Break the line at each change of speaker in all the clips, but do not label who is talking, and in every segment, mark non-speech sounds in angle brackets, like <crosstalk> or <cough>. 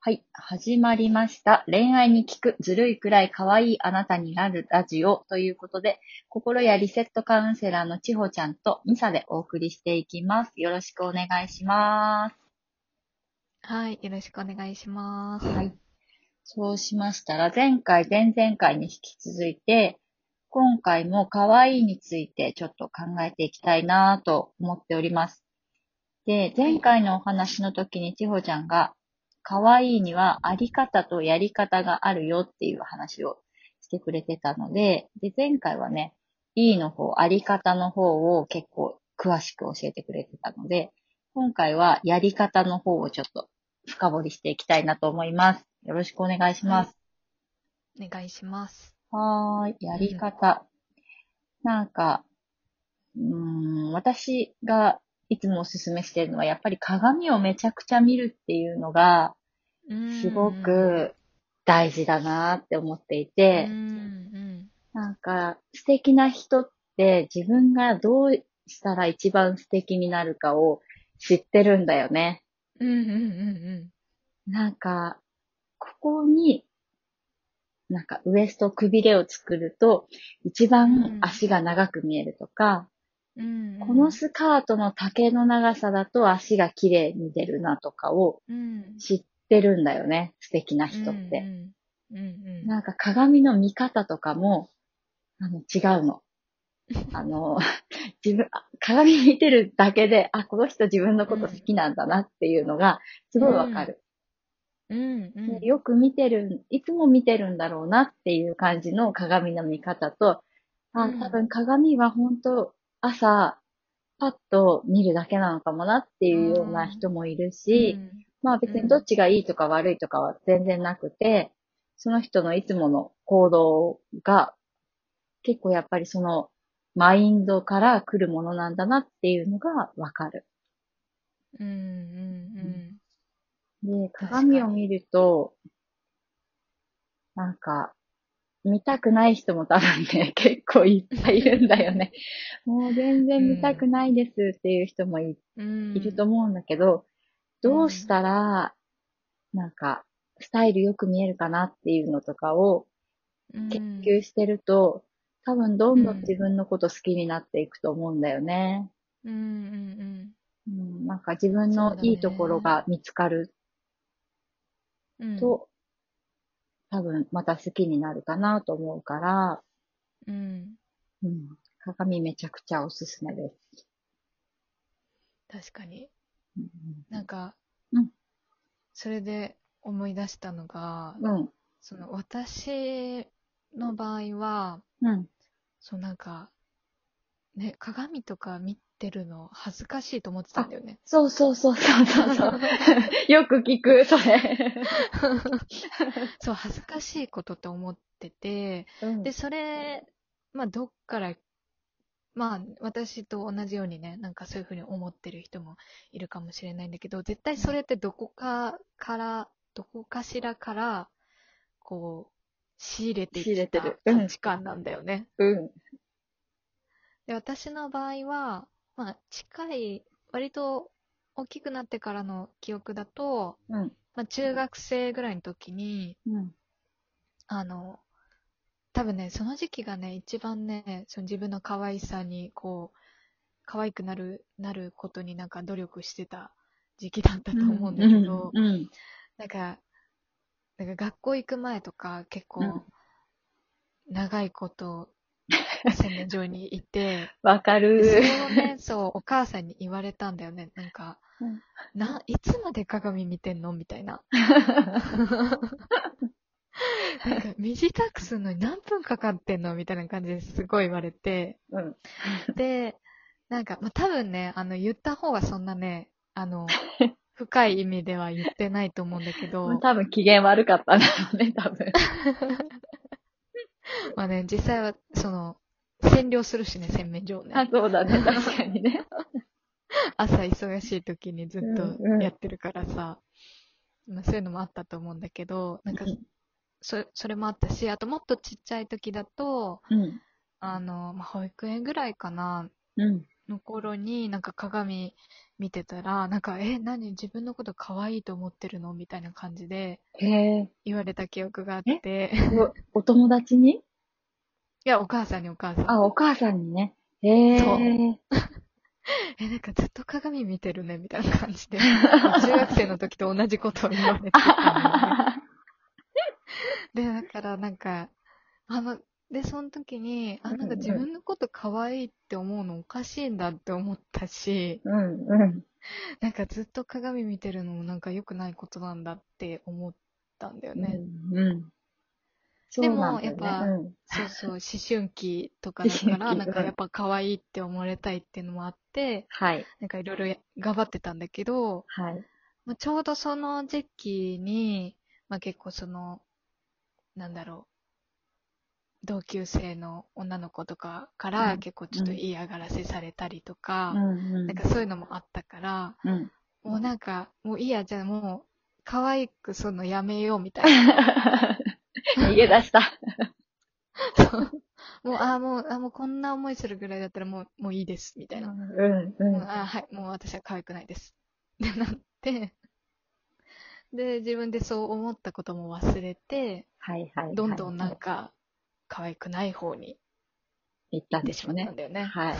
はい。始まりました。恋愛に聞く、ずるいくらい可愛いあなたになるラジオということで、心やリセットカウンセラーのちほちゃんとミサでお送りしていきます。よろしくお願いします。
はい、よろしくお願いします。
はい。そうしましたら、前回、前々回に引き続いて、今回も可愛いについてちょっと考えていきたいなぁと思っております。で、前回のお話の時にちほちゃんが、可愛いにはあり方とやり方があるよっていう話をしてくれてたので、で、前回はね、いいの方、あり方の方を結構詳しく教えてくれてたので、今回はやり方の方をちょっと深掘りしていきたいなと思います。よろしくお願いします。
お願いします。
はーい、やり方。なんか、うーん、私がいつもおすすめしてるのは、やっぱり鏡をめちゃくちゃ見るっていうのが、
うーん
すご、く大事だなって思っていうて、
ーん、
なんか、素敵な人って自分がどうしたら一番素敵になるかを知ってるんだよね。
うん、うん、うん、うん
なんか、ここに、なんかウエストくびれを作ると、一番足が長く見えるとか、
うんうん、うん。
このスカートの丈の長さだと足が綺麗に出るなとかを
うん、
知ってるんだよね、素敵な人っ
う
て。
ん、うん、うん
なんか鏡の見方とかも、あの、違う
<laughs>
の。あの、自分、あ鏡見てるだけで、あ、この人自分のこと好きなんだなっていうのが、すごいわかる。
うん、うん、うん。
よく見てる、いつも見てるんだろうなっていう感じの鏡の見方と、あ
うん
多分鏡は本当朝、パッと見るだけなのかもなっていうような人もいるし、
うん
まあ別にどっちがいいとか悪いとかは全然なくて、その人のいつもの行動が結構やっぱりそのマインドから来るものなんだなっていうのがわかる。
うん、うん、
で、
確かに
鏡を見ると、なんか、見たくない人も多分
<laughs>
ね、結構いっぱいいるんだよね。もう全然見たくないですっていう人もい,、
うん。
ると思うんだけど、どうしたら、なんか、スタイルよく見えるかなっていうのとかを
うん、
研究してると、多分どんどん自分のこと好きになっていくと思うんだよね。
うん、うん、
うん、なんか自分のいいところが見つかる
うん。うん、
と、多分また好きになるかなと思うから、
うん。
うん、鏡めちゃくちゃおすすめです。
確かに。
うん
なんか、
うん
それで思い出したのが、
うん、
その私の場合は、
うん、
そうなんか、ね、鏡とか見てるの恥ずかしいと思ってたんだよね。
そうそうそうそうそうそう。よく聞く、それ。
<laughs> そう、恥ずかしいことって思ってて、
うん
で、それ、まあ、どっから、まあ、私と同じようにね、なんかそういうふうに思ってる人もいるかもしれないんだけど、絶対それってどこかから、どこかしらから、こう、仕入れて
仕入れ
き
て
た
るうん
価値観なんだよね。
うん、
で、私の場合は、まあ、近い、割と大きくなってからの記憶だと、
うん、
まあ、中学生ぐらいの時に、
うん、
あの、多分ね、その時期がね、一番ね、その自分の可愛さに、こう、可愛くなる、なることになんか努力してた時期だったと思うんだけど、
うん、うん、
なんか、なんか学校行く前とか結
う
構
ん、
長いこと、洗面所にいて、
わか
でそ
る。
れをね、そう、お母さんに言われたんだよね。なんか、
うん
な、いつまで鏡見てんのみた
<laughs>
いな。なんか、身支度するのに何分かかってんのみたいな感じですごい言われて。
うん、
で、なんか、まあ、多分ね、あの、言った方はそんなね、
<laughs>
あの、深い意味では言ってないと思うんだけど、
多分機嫌悪かったんだろうね、多分。
まあね、実際は、その、占領するしね、洗面所をね。
あ、そうだね、確かにね。
朝忙しい時にずっ
うんうん
とやってるからさ、まあ、そういうのもあったと思うんだけど、なんか
うん
そ、それもあったし、あともっとちっちゃい時だと、
うん、
あの、まあ、保育園ぐらいかな、
うん、
の頃に、なんか鏡見てたら、なんか、え、何自分のこと可愛いと思ってるのみたいな感じで
へえ。
言われた記憶があって、
お友達に
<laughs> いや、お母さんにお母さん。
あ、お母さんにね。へえ。
そうえ、なんかずっと鏡見てるね、みたいな感
<laughs>
じで。中学生の時と同じことを言われてたので。で、だからなんか、あの、で、その時に、あ、なんか自分のこと可愛いって思うのおかしいんだって思ったし、
うんうん。
なんかずっと鏡見てるのもなんか良くないことなんだって思ったんだよね。
うんうん。そうなんだよね
でもやっぱ
うん
そうそう、思春期とかだから、
思春期
なんかやっぱ可愛いって思われたいっていうのもあって、
はい。
なんかいろいろや頑張ってたんだけど、
はい。
まあ、ちょうどその時期に、まあ、結構その、なんだろう、同級生の女の子とかか
う
ら
ん
結構ちょっと嫌がらせされたりとか、
うんうん
なんかそういうのもあったから、
うん。
もうなんか、もういいや、じゃあもう、可愛くそのやめようみたい
<laughs>
な。
逃げ出した。
そうもう、ああ、もう、あーもうこんな思いするぐらいだったらもう、もういいです、みたいな。
<laughs> うんう。
もうんあーはい、もう私は可愛くないです。ってなって、で、自分でそう思ったことも忘れて、
はいはい。
どんどんなん。か、可愛くない方に
行った
行
ん
って
で
し
し
ま
ょう
った
ね
ん。だよね。 <laughs>
はい。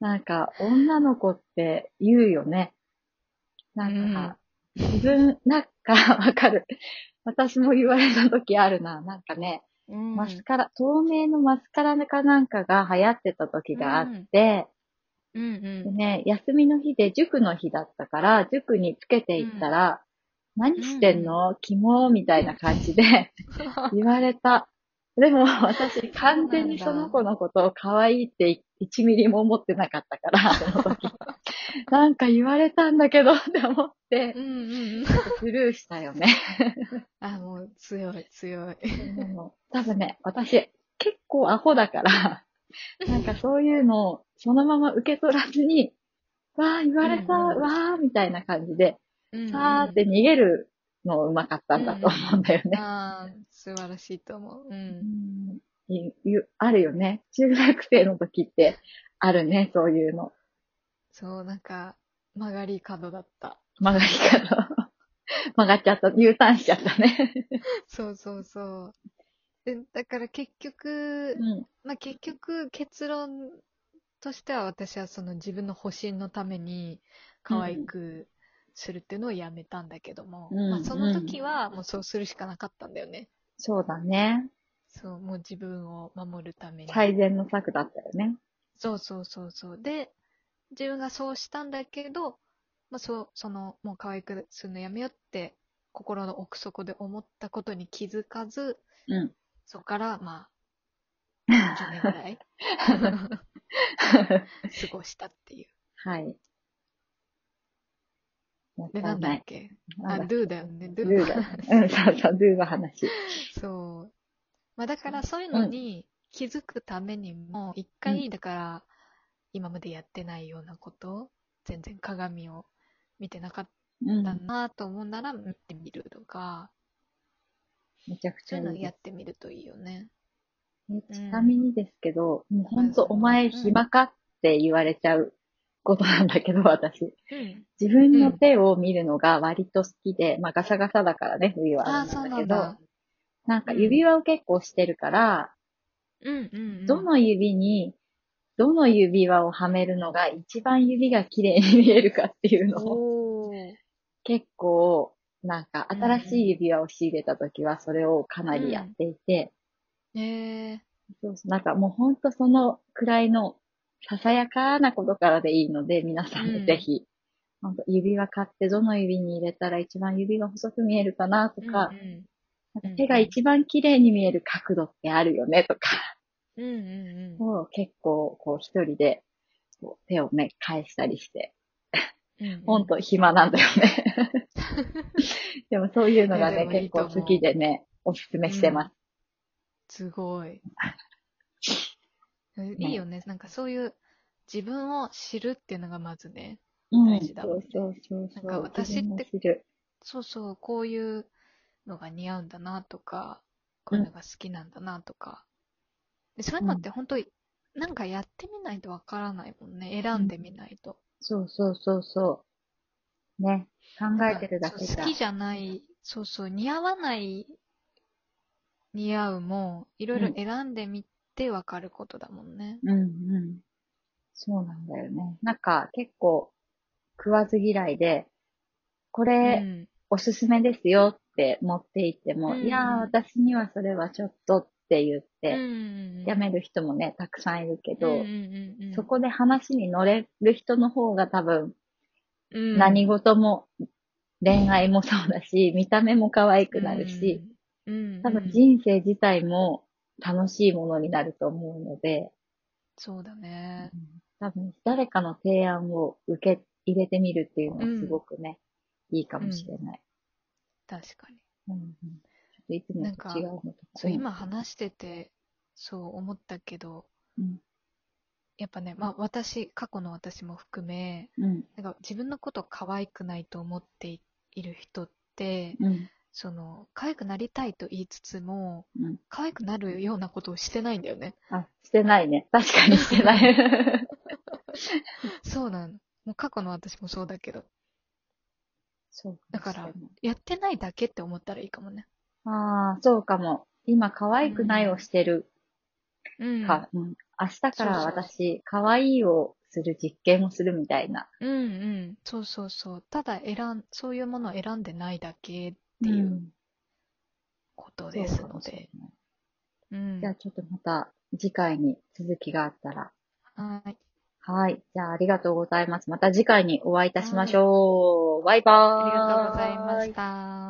なんか、女の子って言うよね。なんか、自分、なんか、わかる。私も言われた時あるな。なんかね、
うん
マスカラ、透明のマスカラかなんかが流行ってた時があって、
うん
で
う
ね、休みの日で塾の日だったから、塾につけていったら、何してんのキモみたいな感じ
<laughs>
で言われた。でも私完全にその子のことを可愛いって1ミリも思ってなかったから、その
<laughs>
時。なんか言われたんだけどって思って
ん。う、んうんうん。
スルーしたよね。
<laughs> あ、もう強い強い。
でも多分ね、私結構アホだ <laughs> から、なんかそういうのをそのまま受け取らずに、わー言われた、
うんうん
わーみたいな感じで、
うんうん
さーって逃げるのうまかったんだと思うんだよね。
あー素晴らしいと思う。う。
うんんいいうあるよね。中学生の時ってあるね、そういうの。
そう、なんか、曲がり角だった。
曲がりから。 <laughs> 曲がっちゃった。U ターンしちゃったね。
そうそうそう。でだから結局、
うん。
まあ、結局結論としては私はその自分の保身のために可愛くするっていうのをやめたんだけども、
うん
まあ、その時はもうそうするしかなかったんだよね。
そうだね。
そう、もう自分を守るために。
最善の策だったよね。
そうそうそうそう。で、自分がそうしたんだけど、まあ、そう、その、もう可愛くするのやめようって心の奥底で思ったことに気づかず、
<laughs> うん。
そこから、まあ、10年
<laughs>
ぐらい過ごしたっていう。
はい。もっ
で、
た
ないんだ
な
っ
い。
け
な
あ、
んだ
ドゥだよね。ド
ル
ゥ
ーだ。うん、そうそう、ルーの
<laughs>
話。
そう。まあ、だからそういうのに気づくためにも、一回、だから、今までやってないようなこと、全然鏡を見てなかっ
うん。
たなと思うなら見てみるとか、
めちゃくち
そ
ゃ
う
い
いうの
いで
やっ
す。
てみるといいよね。
えちなみにですけど、もうほんと
うん
お前暇かって言われちゃうことなんだけど、私。
うん。
自分の手を見るのが割と好きで、まあガサガサだからね、冬はあ
あ
れ
あ、
な
そう
だ
んな
け
ん
ど、
だ。
なんか指輪を結構してるから、
うんうんうん。
どの指に、どの指輪をはめるのが一番指が綺麗に見えるかっていうのを、
おー
結構、なんか
うん
新しい指輪を仕入れた時はそれをかなりやっていて、
ええ
そうそうなんかもうほんとそのくらいのささやかなことからでいいので、皆さん
うん
もぜひ、ほんと指輪買ってどの指に入れたら一番指が細く見えるかなと
ー。
か、
うん
なんか手が一番綺麗に見える角度ってあるよねとか、
うん。うんうんうん
を結構こう一人でこう手をね、返したりして、
うんうん。
ほんと暇なんだよ
<laughs>
ね。でもそういうのが
いや
ね、
でもいい
結
と思
構
う
好きでね、おすすめしてます。
す
<laughs>
ごい。いいよね。なんかそういう自分を知るっていうのがまずね。
うん、
大事だ
そうそうそうそう。
なんか私って
自分を知る
そうそう、こういうのが似合うんだなとか、こういうのが好きなんだなとか。でそういうのって本当、なんかやってみないとわからないもんね。選んでみないと。
そうそうそうそう。ね。考えてるだけ
そう
じゃ
好。きじゃない、そうそう、似合わない、似合うも、いろいろ選んでみてわかることだもんね。
うんうん。そうなんだよね。なんか結構食わず嫌いで、こ
う
れ
ん。
おすすめですよって持って行っても、
うん
いやー私にはそれはちょっとって言っ
うん
て、
うん
やめる人もね、たくさんいるけど、
うんうんうんうん、
そこで話に乗れる人の方が多分、
うん、
何事も、恋愛もそうだし、 <laughs> 見た目も可愛くなるし、
うん、うんうん、
多分人生自体も楽しいものになると思うので、
そうだね。
多分誰かの提案を受け入れてみるっていうのはすごくね、いいかもしれない。
確かに。
うんうんちょっといつもと違うのとか。
そう、今話してて、そう思ったけど、
うん、
やっぱね、まあ私、過去の私も含め、
うん、
なんか自分のこと可愛くないと思っていいる人って、
うん、
その、可愛くなりたいと言いつつも、
うん。
可愛くなるようなことをしてないんだよね。
あ、してないね。 <laughs> 確かにしてない。
<laughs> そうなの。もう過去の私もそうだけど、
そう
だから
もしれない
やってないだけって思ったらいいかもね。
ああ、そうかも。今、可愛くないをしてる
うん。
か、うん明日から
そうそう
私、可愛いをする実験をするみたいな。
うんうん。そうそうそう。ただ選ん、そういうものを選んでないだけっていうんことです
そうか
の
もしれ
で。
ない
うん
じゃあ、ちょっとまた次回に続きがあったら。
はい。
はい。じゃあ、ありがとうございます。また次回にお会いいたしましょう。バイバーイ。
ありがとうございました。